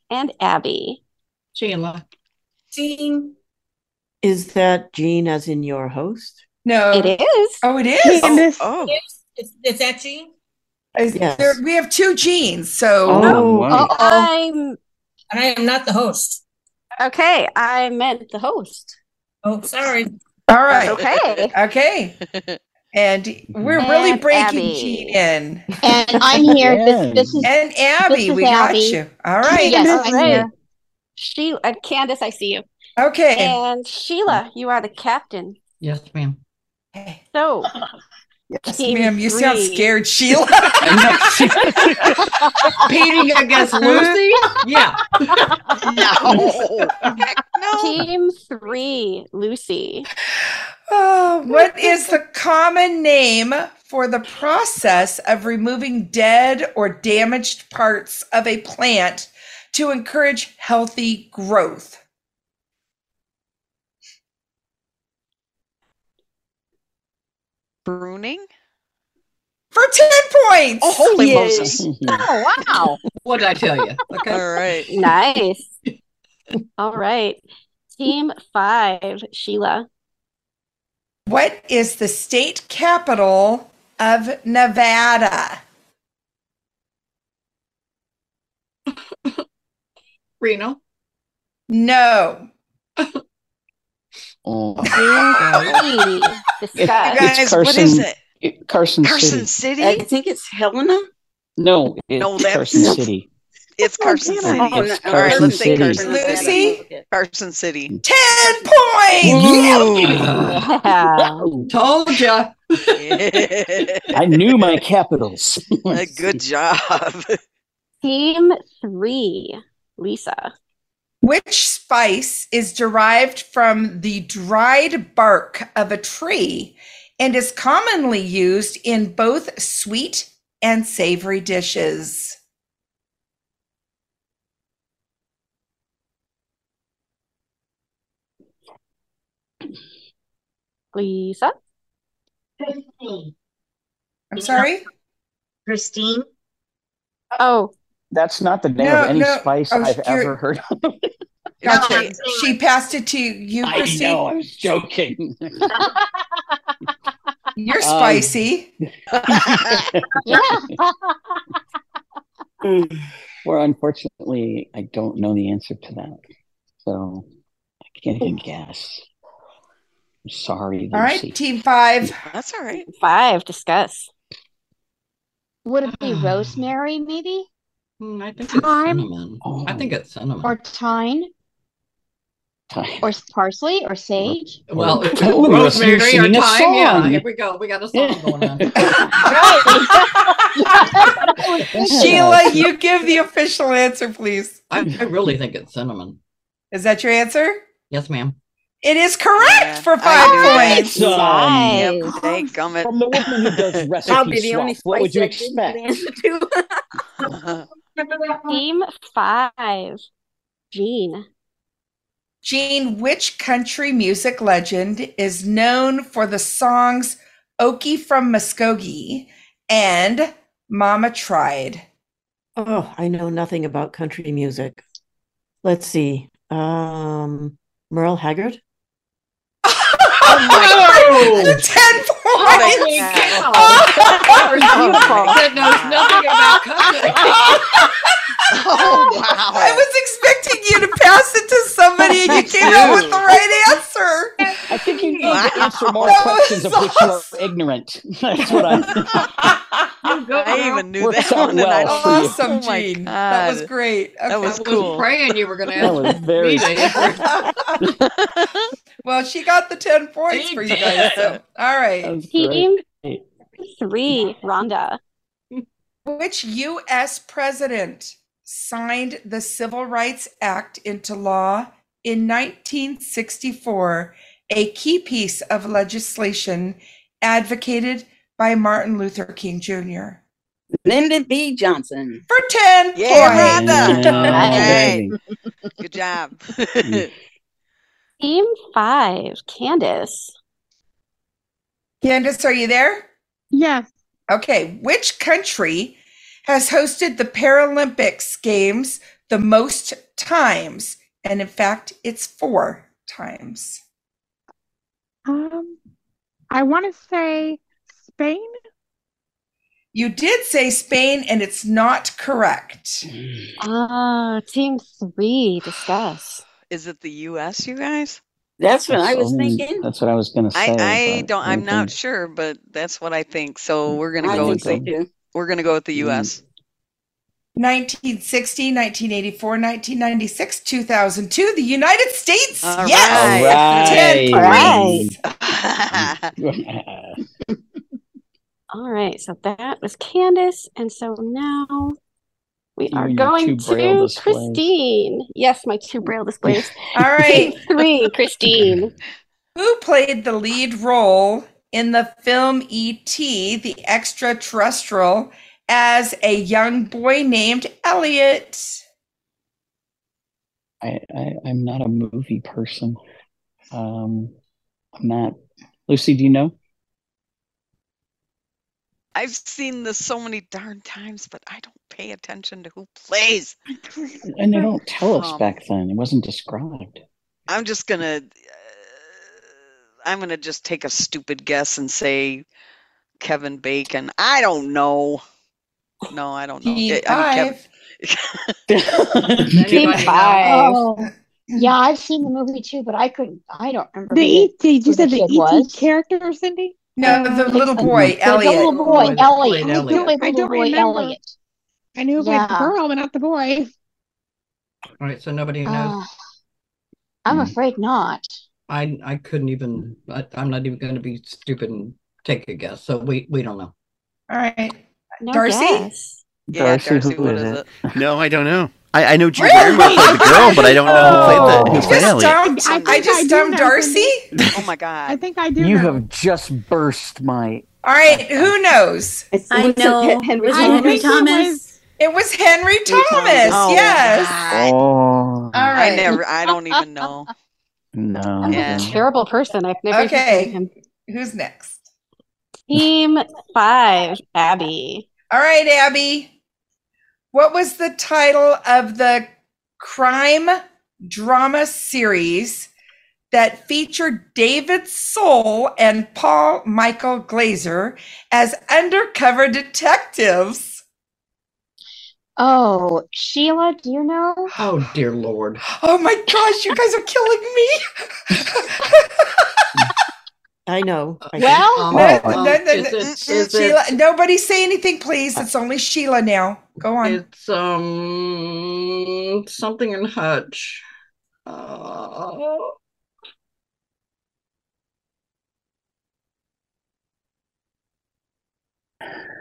and Abby.
Sheila.
Jean.
Is that Jean as in your host?
No,
It
is.
Oh, it is. Oh,
Candace.
Oh,
Is, is that Jean?
Is
Yes.
there, we have two genes, so
Oh,
wow.
uh-oh.
I'm.
And Um, I am not the host.
Okay, I meant the host.
Oh, sorry.
all right,
Okay.
*laughs* okay, and we're really
And
breaking
Abby.
Gene in.
And I'm here.
*laughs*
This, this is
and
this
Abby.
is
We got
Abby.
you. All right.
Yes, I'm here.
She, uh, Candace, I see you.
Okay.
And Sheila, you are the captain.
Yes, ma'am.
*laughs*
So,
Yes,
Team
ma'am. You sound
three.
scared, Sheila.
*laughs*
Competing
*laughs*
against Lucy? Yeah.
Team three, Lucy.
Oh, what is the common name for the process of removing dead or damaged parts of a plant to encourage healthy growth?
Pruning.
For 10 points.
Oh, holy Moses.
Oh, wow.
What did I tell you?
All right.
*laughs* Nice. All right. Team five, Sheila.
What is the state capital of Nevada?
Reno.
No.
Team three, discuss.
oh. It's Carson, it- Carson,
Carson City?
City.
I think it's Helena.
No, it's
No, that's-
Carson City.
It's Carson
damn
City.
it. Oh, no.
All right, let's say
Carson
Carson
City.
City. Lucy? Carson City.
10
*laughs*
points.
Told ya.
I knew my capitals.
Good job.
Team three, Lisa.
Which spice is derived from the dried bark of a tree and is commonly used in both sweet and savory dishes?
Lisa?
Christine.
I'm sorry?
Christine?
Oh.
That's not the name
No,
of any
no,
spice
I was
I've
curi-
ever heard of.
Gotcha. She passed it to you,
I
Christine.
know, I was joking.
You're
Um, *laughs*
spicy.
Well, unfortunately, I don't know the answer to that. So I can't even guess. I'm sorry,
All right,
Lucy.
team five.
That's all right.
Five, discuss.
Would it
*sighs*
be rosemary, maybe?
Hmm, I think it's
Thyme
cinnamon. I think it's cinnamon.
or thyme or s- parsley or sage?
well,
Or-
if-
Totally, let's
rosemary
use
or
Sheena's
thyme, yeah.
song.
Here we go. We got
*laughs*
a song going on.
Sheila, you give the official answer, please.
I, I really think it's cinnamon.
Is that your answer?
Yes, ma'am.
It is correct
I
for five
knew
points.
that. Yep, dang gummit.
From the woman who does
*laughs*
recipe
I'll be the
swap,
only
what would
spice
you
I
expect?
*laughs*
Team five, Jean.
Gene, which country music legend is known for the songs Okie from Muskogee and Mama Tried?
Oh, I know nothing about country music. Let's see. Um, Merle
*laughs*
Haggard?
Oh
Oh,
*laughs*
Ten points!
That knows nothing about cooking.
Oh, wow.
I was expecting you to pass it to somebody and you came out with the right answer.
I think you need to answer more questions of which you are ignorant. *laughs* That's what I'm.
I even knew
Works
that
out
one. and I-
well for you.
Awesome,
oh my
Gene.
God.
That was great.
That
Okay.
was cool.
praying you were going to
That was
ask
very
me to
*laughs*
answer.
Well, she got the 10 points for you guys. So, all right.
Team three, Rhonda.
Which U.S. president signed the Civil Rights Act into law in 1964, a key piece of legislation advocated by Martin Luther King Jr.?
Lyndon B. Johnson.
For 10
Yeah,
points.
Rhonda.
Nice.
All right. Good job. *laughs*
Team five, Candace.
Candace, are you there?
Yeah.
Okay. Which country has hosted the Paralympics Games the most times? And in fact, it's four times.
Um, I want to say Spain.
You did say Spain, and it's not correct.
Ah, team three, discuss.
Is it the U.S., you guys?
That's what I was
only-
thinking.
That's what I was going to say.
I, I
but
don't, I'm
think-
not sure, but that's what I think. So we're going to
I
go with
think so,
the, we're going to go with
Mm-hmm.
the U.S.
1960, 1984, 1996, 2002, the United States.
All
yes.
10
points.
*laughs*
All right, so that was Candace, and so now we
Your-
are
your two
going to
braille displays.
Christine. Yes, my two braille displays.
*laughs* All right.
Team *laughs* three, Christine.
Who played the lead role in the film E.T., the extraterrestrial, as a young boy named Elliot?
I, I I'm not a movie person. Um, I'm not. Lucy, do you know?
I've seen this so many darn times, but I don't pay attention to who plays.
And they don't tell us
Um,
back then. It wasn't described.
I'm just gonna, uh, I'm gonna just take a stupid guess and say Kevin Bacon. I don't know. No, I don't know.
Team
I- I *laughs* mean,
Team
Kevin.
five. Oh, Yeah, I've seen the movie too, but I couldn't. I don't remember.
The
who
E.T. Did you
who
say
the E
the
kid
E.T.
was.
character, Cindy?
No, the little boy,
The little
Elliot. *laughs*
boy,
that
Elliot.
played
I
Elliot. I
knew it was little
don't
boy
remember.
Elliot.
I knew it was the
Yeah.
girl, but not the boy.
All right, so nobody
Ah.
knows.
Uh,
Hmm.
I'm afraid not.
I I couldn't even. I, I'm not even going to be stupid and take a guess. So we we don't know.
All right.
No
Darcy?
guess.
Darcy, who
what
is
is
it? No, I don't know. I, I know Drew Barrymore played the girl, but I don't know who played the who played
Just
Ellie.
dumped,
I
I,
think
just
I do
dumped
know
Darcy.
*laughs* Oh my god.
I think I do.
You
know.
have just burst my.
All right, who knows?
I
was it
know.
Hen- Henry
Was it
Thomas?
Henry Thomas?
It was Henry Thomas.
Oh,
yes.
Oh
All
I
right.
never. I don't even know.
no!
I'm a terrible person. I've never even
Okay.
seen him.
Who's next?
Team five, Abby.
All right, Abby. What was the title of the crime drama series that featured David Soul and Paul Michael Glazer as undercover detectives?
Oh, Sheila, do you
*gasps*
know?
Oh dear lord.
Oh my gosh, you guys are
*laughs*
killing me.
I know. I
Well-
think.
Um,
No,
um,
no, no,
is
no.
it- is
Sheila,
it-
nobody say anything, please. It's only Sheila now. Go on.
It's um something in Hutch. Uh,
Oh.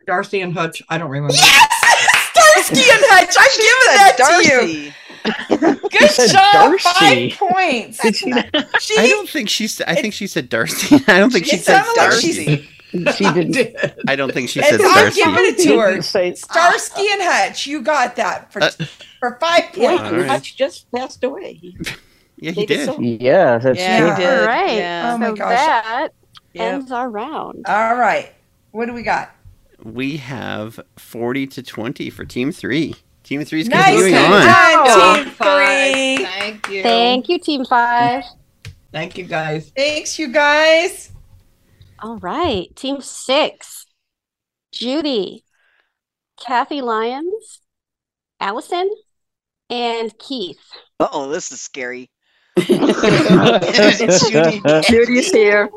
Darcy and Hutch. I don't remember.
Starsky and Hutch. I've given that to you.
Darcy.
Good
said
job.
*laughs* Darcy.
Five points.
Did she not?
She-
I don't think she said. I think she said Darcy. *laughs* I don't think she
It
said
sounded like she
Darcy.
She didn't.
I don't think she
It's-
said
I'm
Darcy.
giving it to her.
Didn't say-
Starsky and Hutch. You got that for
Uh,
*laughs* for five
Yeah,
points.
All right.
Hutch just passed away.
*laughs* yeah, he
David
did. Mm.
Soul.
Yeah, that's
Yeah,
true.
he did.
All right. um,
Yeah.
Oh my
so
gosh.
that
Yep.
ends our round.
All right. What do we got?
We have forty to twenty for Team Three. Team Three's
Nice
continuing on.
done,
Wow.
Team Three.
Thank you.
Thank you, Team Five.
Thank you guys.
Thanks, you guys.
All right. Team Six, Judy, Kathy Lyons, Allison, and Keith.
Uh oh, this is
*laughs*
*laughs*
scary.
Judy.
*laughs*
Judy's here.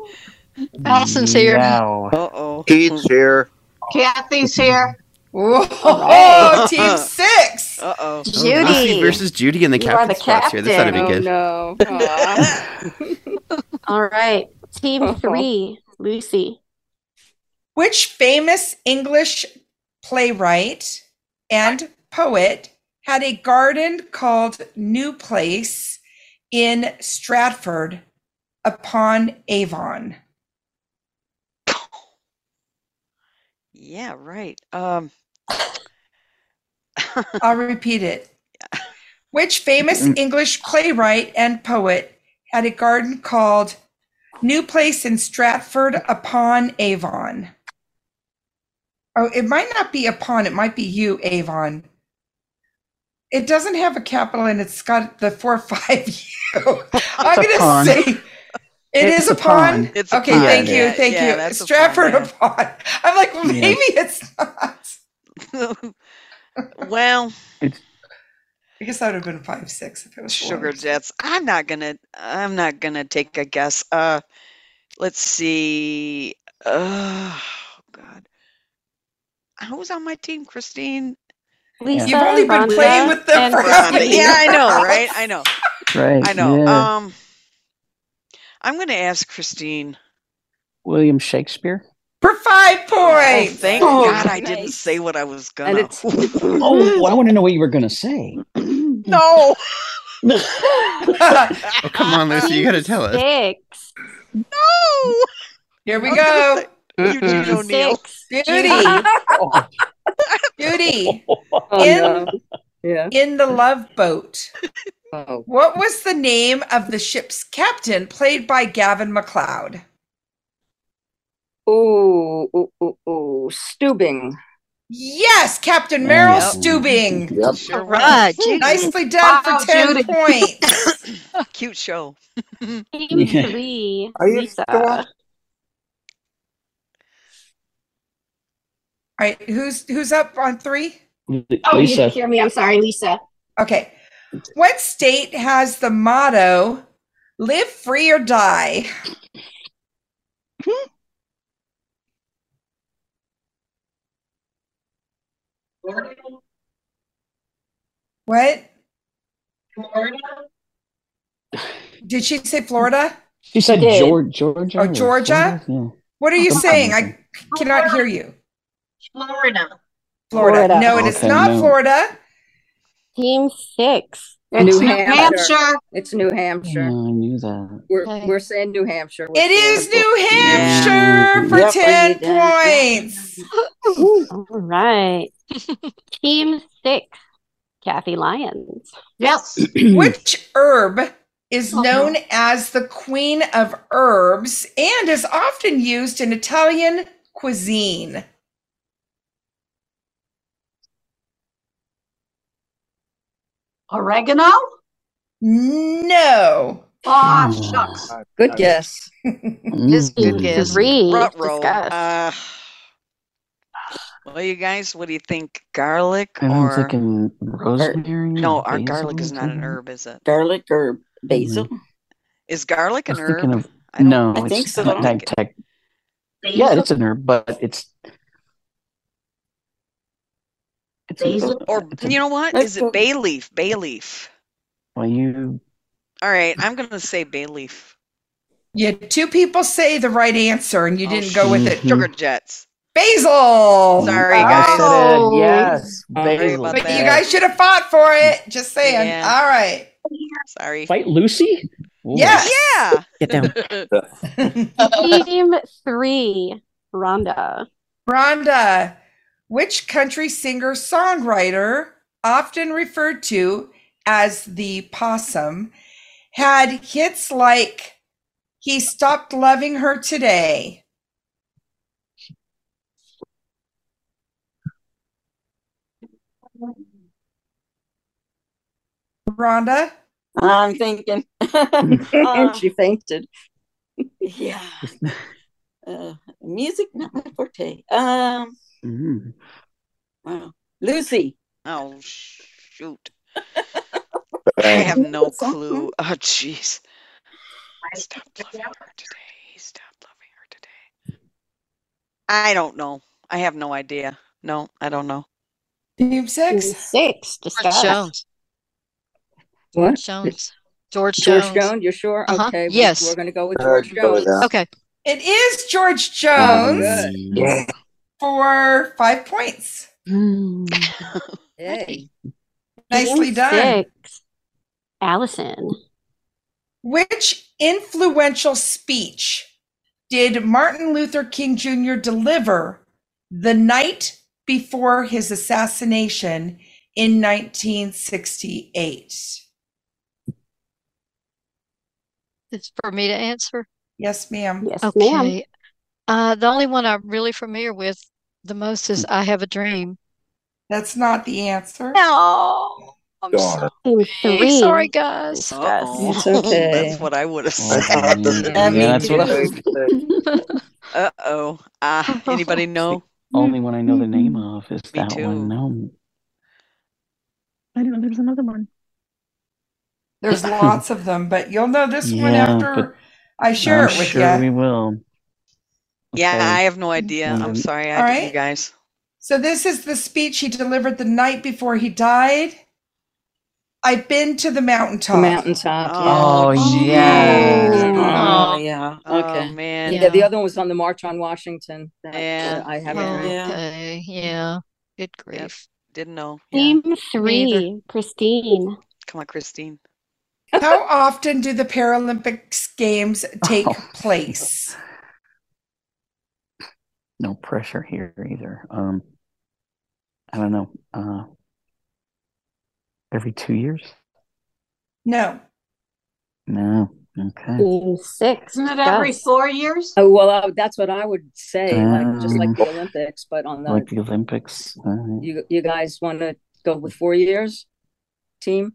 Allison's here.
Wow.
Uh oh.
Keith's here.
Kathy's here.
Whoa,
*laughs*
right.
Team Six.
Uh oh.
Oh, Lucy versus Judy and the
You are
captain
the
spots here. This ought to be
captain. Oh,
good.
no.
All right. Team
Uh-huh.
Three, Lucy.
Which famous English playwright and poet had a garden called New Place in Stratford upon Avon?
Yeah. Right. Um. *laughs*
I'll repeat it. Which famous English playwright and poet had a garden called New Place in Stratford upon Avon? Oh, it might not be upon, it might be you, Avon. It doesn't have a capital and it's got the four *laughs* five U. I'm
It's
gonna
upon.
say it
It's
is upon.
upon.
It's
Okay,
upon,
thank you,
yeah,
thank
yeah,
you.
that's upon,
Stratford
yeah.
upon. I'm like, well,
Yeah.
maybe it's not.
*laughs* well,
It's
I guess that would have been five six if it was four.
sugar jets. I'm not gonna. I'm not gonna take a guess. Uh, let's see. Oh God. Who's on my team? Christine.
Lisa,
You've only been
Rhonda,
playing with them
and
for how
Rhonda.
many
Christine.
Yeah, I know,
rounds?
right? I know.
right.
I know.
yeah.
Um, I'm gonna ask Christine.
William Shakespeare.
For five
Oh,
points.
thank
Oh,
God I didn't
nice.
say what I was
And
gonna. *laughs*
*laughs*
it's
Oh, I want to know what you were going to say.
No.
Oh, come *laughs* on, Lucy. You got to tell us.
Six.
No.
Here we
I was gonna
go.
say- Eugene O'Neill.
Six.
*laughs*
Judy. Judy.
Oh,
In
yeah.
in the love boat.
Oh,
What was the name of the ship's captain played by Gavin McLeod?
ooh, ooh, ooh, ooh, Stubing.
Yes, Captain Meryl
Yep.
Stubing.
Yep.
Sure was.
Right. Gee,
Nicely done
Wow,
for 10
Judy.
points.
Cute show.
Team
Yeah.
three,
Are you
Lisa.
still on?
All right, who's who's up on 3?
Oh, you
Lisa.
didn't hear me. I'm sorry, Lisa.
Okay. What state has the motto live free or die?
Florida?
What?
Florida?
Did she say Florida?
She said
Did.
George, Georgia.
Oh,
or
Georgia?
something?
What are you saying? I cannot hear you.
Florida.
Florida. No, it is
Okay,
not
no.
Florida.
Team six.
New Hampshire. It's New Hampshire.
I knew that.
We're, we're saying New Hampshire.
It is New Hampshire for
Yep, we
10
did that.
points. *laughs*
All right. Team six, Kathy Lyons.
*clears throat*
Yes. Which herb is known as the queen of herbs and is often used in Italian cuisine?
*laughs* Oregano?
No.
Ah,
Hmm.
shucks.
Good guess.
This
Team three,
Rut roll.
discuss.
Uh, well, you guys, what do you think? Garlic
And I'm
or
thinking rosemary.
no?
or
Our
basil
garlic
or
is not an
something? Hmm.
herb, is it?
Garlic or basil?
Is garlic
I
an
was thinking
herb?
of
I don't-
no.
I
it's
think so.
not-
I
not
think it-
tech- Yeah, it's an herb, but it's it's an herb.
Or you know what? Is it bay leaf? Bay leaf.
Well, you
All right, I'm gonna say bay leaf.
You had two people say the right answer and you didn't go with it.
Sugar jets.
Basil.
Sorry, guys. I said it, yes, Sorry basil. about
But you
that.
guys should have fought for it. Just saying.
Yeah.
All right.
Sorry.
Fight Lucy? Ooh.
Yes.
Yeah. *laughs*
Get down.
Team three, Rhonda.
Rhonda, which country singer songwriter, often referred to as the possum, had hits like He Stopped Loving Her Today? Rhonda?
I'm thinking. *laughs* and she fainted. *laughs* Yeah. Uh, music, not my forte. Um,
Mm.
wow. Lucy.
Oh
*laughs*
shoot. I have no
Something.
clue. Oh jeez. Stopped loving her today. Stopped loving her today. I don't know. I have no idea. No, I don't know.
Team six.
Six. Discuss.
Jones.
George
What?
Jones. George
George
Jones.
Jones, you're sure?
Uh-huh.
Okay. we-
Yes.
We're going to go with
Uh,
George
go with
Jones.
that. Okay.
It is George Jones
Yeah.
for five points.
Yay.
Nicely
Team
done.
Six, Allison.
Which influential speech did Martin Luther King Jr. deliver the night before his assassination in 1968?
It's for me to answer.
Yes, ma'am.
Yes,
Okay. Uh, the only one I'm really familiar with the most is I Have a Dream.
That's not the answer.
No. I'm
Darn.
Team
sorry.
three.
Sorry, guys.
It's *laughs*
okay.
That's what I would have
Oh,
said.
yeah,
me
that's what I
too.
*laughs* Uh oh. Uh,
*laughs*
anybody know?
only one I know the name of is
Mm-hmm. Me
that
too.
one. No,
I don't know. There's another one.
There's lots of them, but you'll know this one
Yeah,
after
but
I share
I'm
it with
sure
you.
we will.
Yeah,
Okay.
I have no idea. I'm
Um,
sorry. I
All
didn't-
right.
You guys.
So this is the speech he delivered the night before he died. I've been to the mountaintop.
Mountaintop.
Oh, yeah.
Oh, yeah.
Oh,
Okay.
man.
Yeah, the other one was on the March on Washington. That,
Yeah.
that uh, I have.
Yeah.
Okay. Yeah. Good grief.
Didn't
*laughs*
know.
Team
Me either.
three, Christine.
Come
*laughs*
on, Christine.
How often do the Paralympics games take
Oh.
place?
No pressure here either. Um, I don't know. Uh, every two years?
No.
No. Okay.
Team six.
Isn't it
discuss.
every
Four years?
Oh, well, uh, that's what I would say, like just like
Um,
the Olympics, but on the
like the Olympics. Uh, All
uh,
right.
you you guys want to go with four years, team?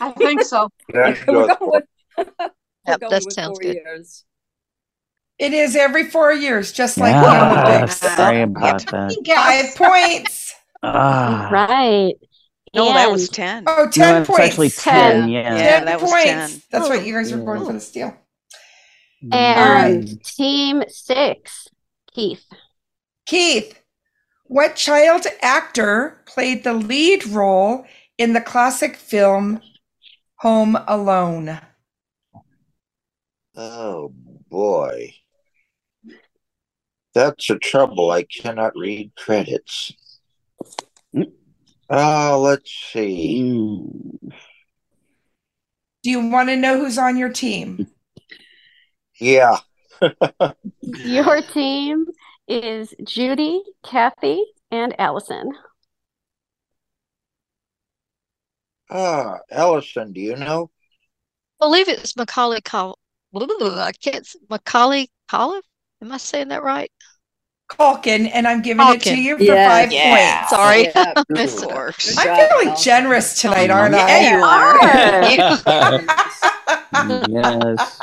I think so.
*laughs* We're going with, we're
Yep,
going
that
with
sounds
four
good.
years.
It is every four years, just like the
Yeah,
Olympics.
sorry about that.
Five points.
Ah,
Right.
No, that was
And-
10.
Oh,
no,
10
it's
points.
actually 10. Yeah.
Yeah, that was
points.
10.
That's what you guys were going for the steal.
And team six, Keith.
Keith, what child actor played the lead role in the classic film Home Alone?
Oh boy.
That's a trouble. I cannot read credits. Uh, let's see.
Do you want to know who's on your team?
Yeah.
Your team is Judy, Kathy, and Allison.
Ah, Ellison, do you know?
believe it's Macaulay Col. I can't. s- Macaulay Colliff. Am I saying that right?
Calkin, and I'm giving it to
Culkin.
you for
Yes.
five
Yeah.
points.
*laughs*
Sorry.
I'm
Yeah, Missed it. of course.
feeling generous tonight, aren't I?
Oh, Yeah, you
*laughs*
yes.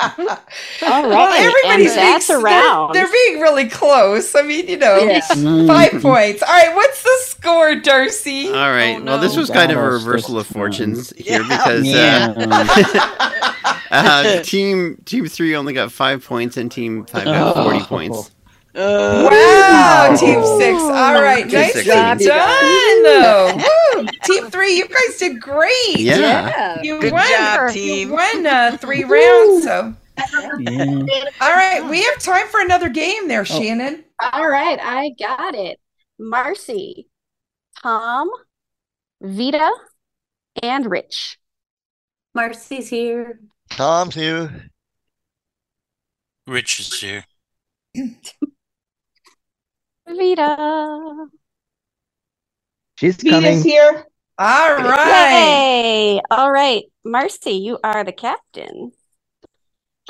*laughs*
All
right,
Well, everybody's
and that's
being,
a round.
They're, they're being really close. I mean, you know,
Yeah.
Mm.
five points. All right, what's the score, Darcy?
All
Oh,
right. Well, this was kind of a
That was
reversal of
just
*laughs*
fun.
fortunes here
Yeah.
because
Yeah.
uh, *laughs* uh, team team three only got five points and team five got forty
Oh.
points.
Uh,
wow, Team Six. All right,
Team
nicely
Six wins.
done. Woo. Team Three, you guys did great.
Yeah. Yeah.
you
Good
won.
job,
You won uh, three rounds. So,
Yeah.
all right, we have time for another game, there, Shannon.
All right, I got it. Marcy, Tom, Vita, and Rich. Marcy's here.
Tom's here.
Rich is here.
Vita.
She's
Vita's
coming.
here.
All
right.
Yay. All right. Marcy, you are the captain.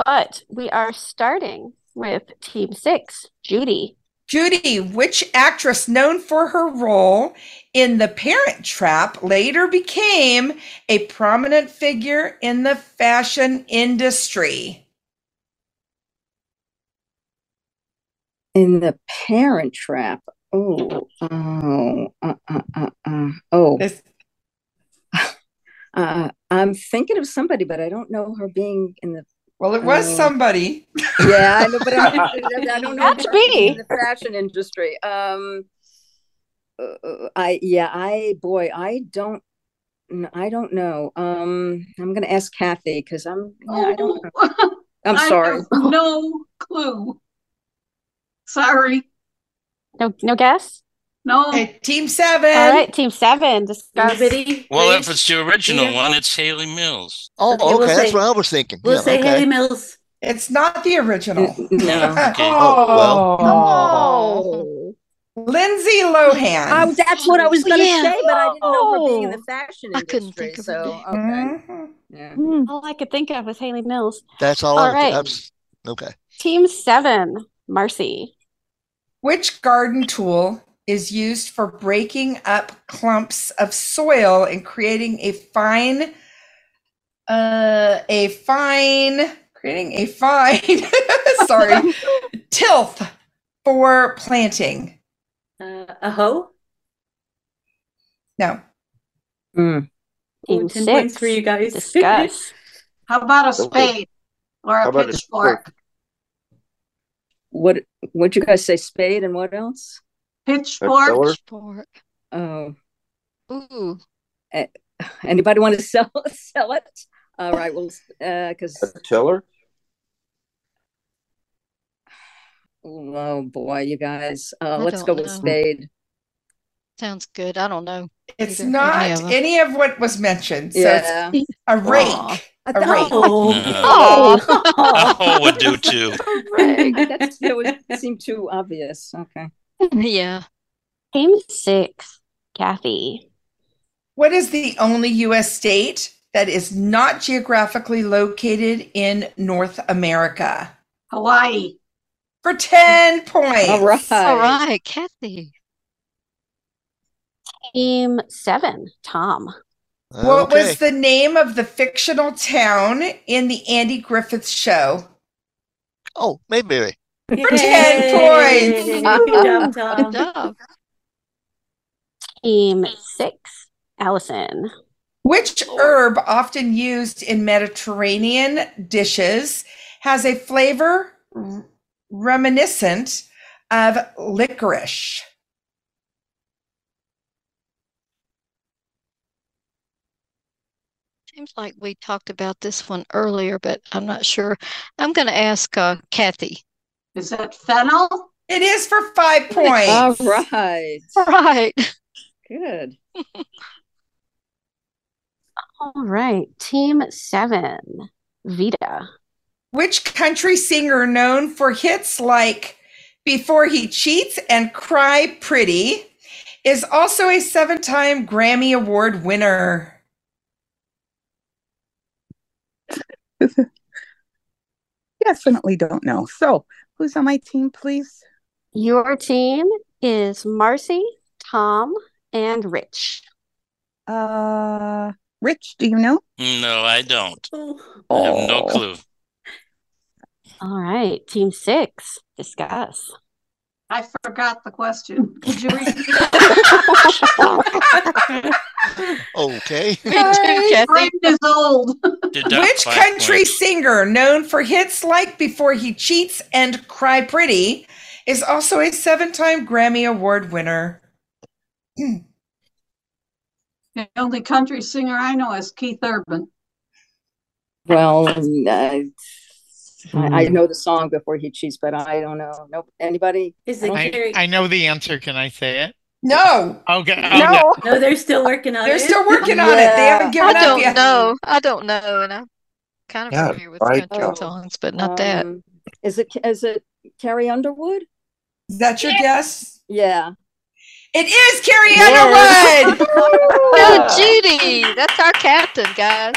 But we are starting with Team Six, Judy.
Judy, which actress known for her role in The Parent Trap later became a prominent figure in the fashion industry?
In the Parent Trap. Oh, oh, uh, uh, uh, uh, oh. Uh, I'm thinking of somebody, but I don't know her being in the.
Well, it was
uh,
somebody.
Yeah, I know, but
*laughs*
I'm, I don't know.
Had to
her being
be.
in the fashion industry. Um, uh, I yeah, I boy, I don't, kn- I don't know. Um, I'm gonna ask Kathy because I'm yeah, I don't. know. I'm
I
sorry.
have no clue. Sorry.
No, no guess?
No.
team seven.
All right, team seven. Discuss.
Well, if it's the original
Yeah.
one, it's Haley Mills.
Oh,
Okay, we'll
okay. That's
say-
what I was thinking.
we'll
Yeah,
say
okay.
Haley
Mills. It's not the original. *laughs*
No. Okay.
Oh,
Oh. Lindsay Lohan.
Oh, that's what I was gonna
Yeah.
say, but I didn't know her being in the
Oh.
fashion
I couldn't
industry.
think of her
So okay, yeah.
Mm, All I could think of was Haley Mills.
That's all.
All
I
right.
That's, okay.
Team seven, Marcy.
Which garden tool is used for breaking up clumps of soil and creating a fine, uh, a fine, creating a fine,
*laughs*
*laughs* sorry, tilth for planting?
*laughs*
Uh, a hoe?
No. Mm.
Ooh, 10 points for you
*laughs*
guys.
Discuss.
How about a
Okay.
spade or
How
a
about a
pitchfork?
What would you guys say? Spade and what else?
Pitchfork.
Pitchfork. Oh.
Ooh.
Eh, *sighs* Anybody want to *laughs* sell sell it? All right. Well, uh, because
Tiller?
oh boy, you guys, uh,
I
let's
don't
go with
know.
spade.
Sounds good. I don't know.
It's
either- any
not any
of
of,
'em.
what was mentioned.
Yeah.
So it's a rake. A rake.
Oh,
A
*laughs*
hoe would
*laughs*
do
Oh,
too.
Greg, that's, that would seem too obvious. Okay.
Yeah. Team six, Kathy.
What is the only U.S. state that is not geographically located in North America?
Hawaii.
For 10 points.
All right.
All right, Kathy.
Team seven, Tom.
What was the name of the fictional town in the Andy Griffith show?
Oh, Mayberry.
For 10 points.
Good job. Team six, Allison.
Which herb often used in Mediterranean dishes has a flavor r- reminiscent of licorice?
Seems like we talked about this one earlier, but I'm not sure. I'm going to ask uh, Kathy.
Is that fennel?
It is for five points.
All right.
Right.
Good.
All right, Team Seven, Vita.
Which country singer known for hits like Before He Cheats and Cry Pretty is also a seven time Grammy Award winner?
Definitely don't know. So, who's on my team, please?
Your team is Marcy, Tom, and Rich.
Uh, Rich, do you know?
No, I don't. I have
Oh.
no clue. *laughs*
All right, Team Six, discuss.
I forgot the question. Could you repeat
*laughs*
Okay.
it? Brain is old.
Which country singer known for hits like Before He Cheats and Cry Pretty is also a seven time Grammy Award winner?
*laughs* The only country singer I know is Keith Urban.
Well, um, I, I I know the song before he cheats, but I don't know. Nope. Anybody? Is
I, I know the answer. Can I say it?
No.
Okay.
Oh,
No.
okay.
No, they're still working on
They're
it.
still working on it. They haven't given
I
up
don't
yet.
know. I don't know, and I'm kind of
Yeah,
familiar with
right.
country
Oh.
songs, but not that.
Um, Is it is it Carrie Underwood?
Is that your guess?
Yeah.
It is Carrie Underwood. *laughs*
No, Oh, Judy, that's our captain, guys.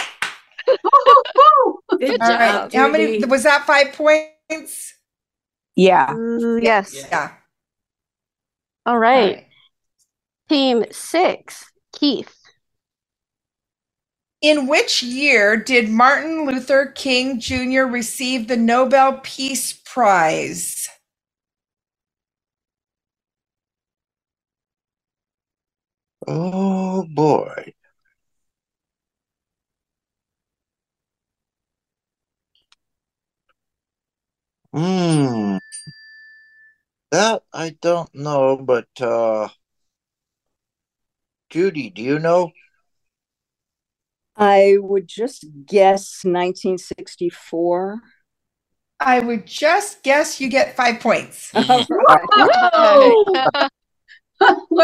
Good
job,
How many
Judy.
was that? Five points.
Yeah.
Mm, yes.
Yeah.
All right. Team Six, Keith.
In which year did Martin Luther King Jr. receive the Nobel Peace Prize?
Oh boy. Hmm. That I don't know, but uh Judy, do you know?
*laughs* I would just guess 1964.
I would just guess you get five
*laughs*
points.
Way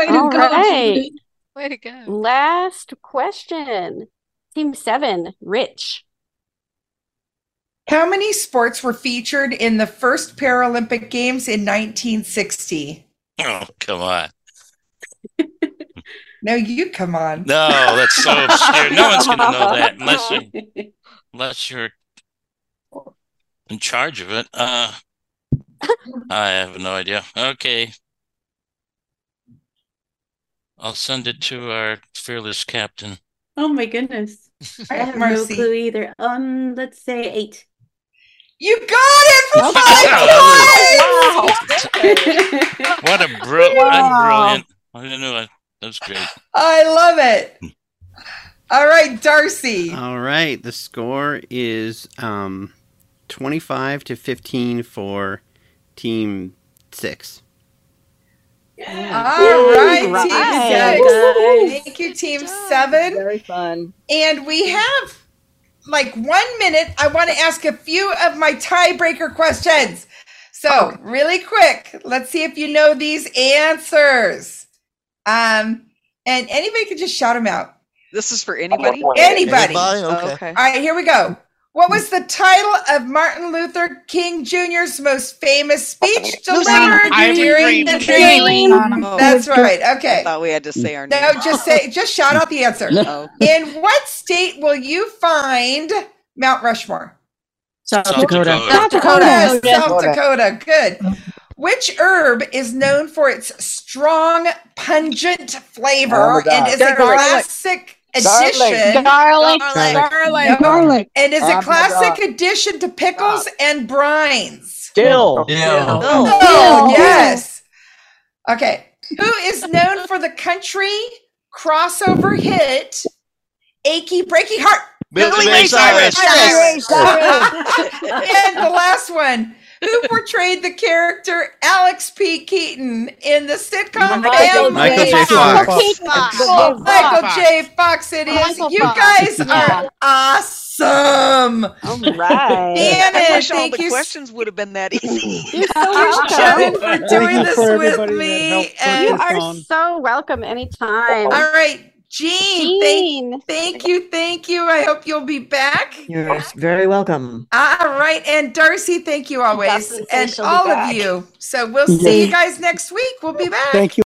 to
All
go,
right.
Judy.
Way to go.
Last question. Team Seven, Rich.
How many sports were featured in the first Paralympic Games in 1960?
Oh, come on.
No, you come on.
No, that's so obscure. No one's gonna know that unless you unless you're in charge of it. Uh, I have no idea. Okay. I'll send it to our fearless captain.
Oh my goodness. I have
Mercy.
no clue either. Um, let's say eight.
You got it for
five What a brilliant!
Oh, Wow.
brilliant. I didn't know that. That was great.
I love it. All right, Darcy.
All right. The score is um, 25 to 15 for Team 6.
All right, Team
Right.
Seven. Thank you, Team Seven.
Very fun.
And we have like one minute. I want to ask a few of my tiebreaker questions. So, really quick, let's see if you know these answers. Um, and anybody can just shout them out.
This is for anybody?
Anybody.
Okay.
All right, here we go. What was the title of Martin Luther King Jr.'s most famous speech delivered
Lucina.
during the
Lucina.
dream?
Lucina.
That's right. Okay.
I thought we had to say our name.
No, just say, just shout out the answer.
No.
In what state will you find Mount Rushmore?
South
Dakota.
Dakota.
South Dakota. South Dakota. Good. Which herb is known for its strong, pungent flavor
Ramadan.
and is a
Garlic.
classic
Garlic.
addition?
Garlic.
Garlic.
Garlic.
Garlic.
Garlic.
And is a
Ramadan.
classic addition to pickles and brines.
Dill.
Dill.
Dill.
Oh, Yes. Okay. Who is known for the country crossover hit "Achy Breaky Heart"?
Billy Ray Cyrus.
Cyrus.
Cyrus.
*laughs* and the last one. Who portrayed the character Alex P. Keaton in the sitcom
Michael
Michael J.
Family?
Fox.
Michael J. Fox. It is.
Michael
you
Fox.
guys
Yeah.
are awesome. awesome.
All right.
Damn
I
it.
wish all
Thank
the
you so
questions would have been that easy.
Shannon, for doing this with me.
you
And
are so welcome anytime.
All right, Jean, thank, thank you, thank you. I hope you'll be back.
You're very welcome.
All right, and Darcy, thank you always,
doesn't say
and
she'll be
all of
back.
you. So we'll see you guys next week. We'll be back.
Thank you.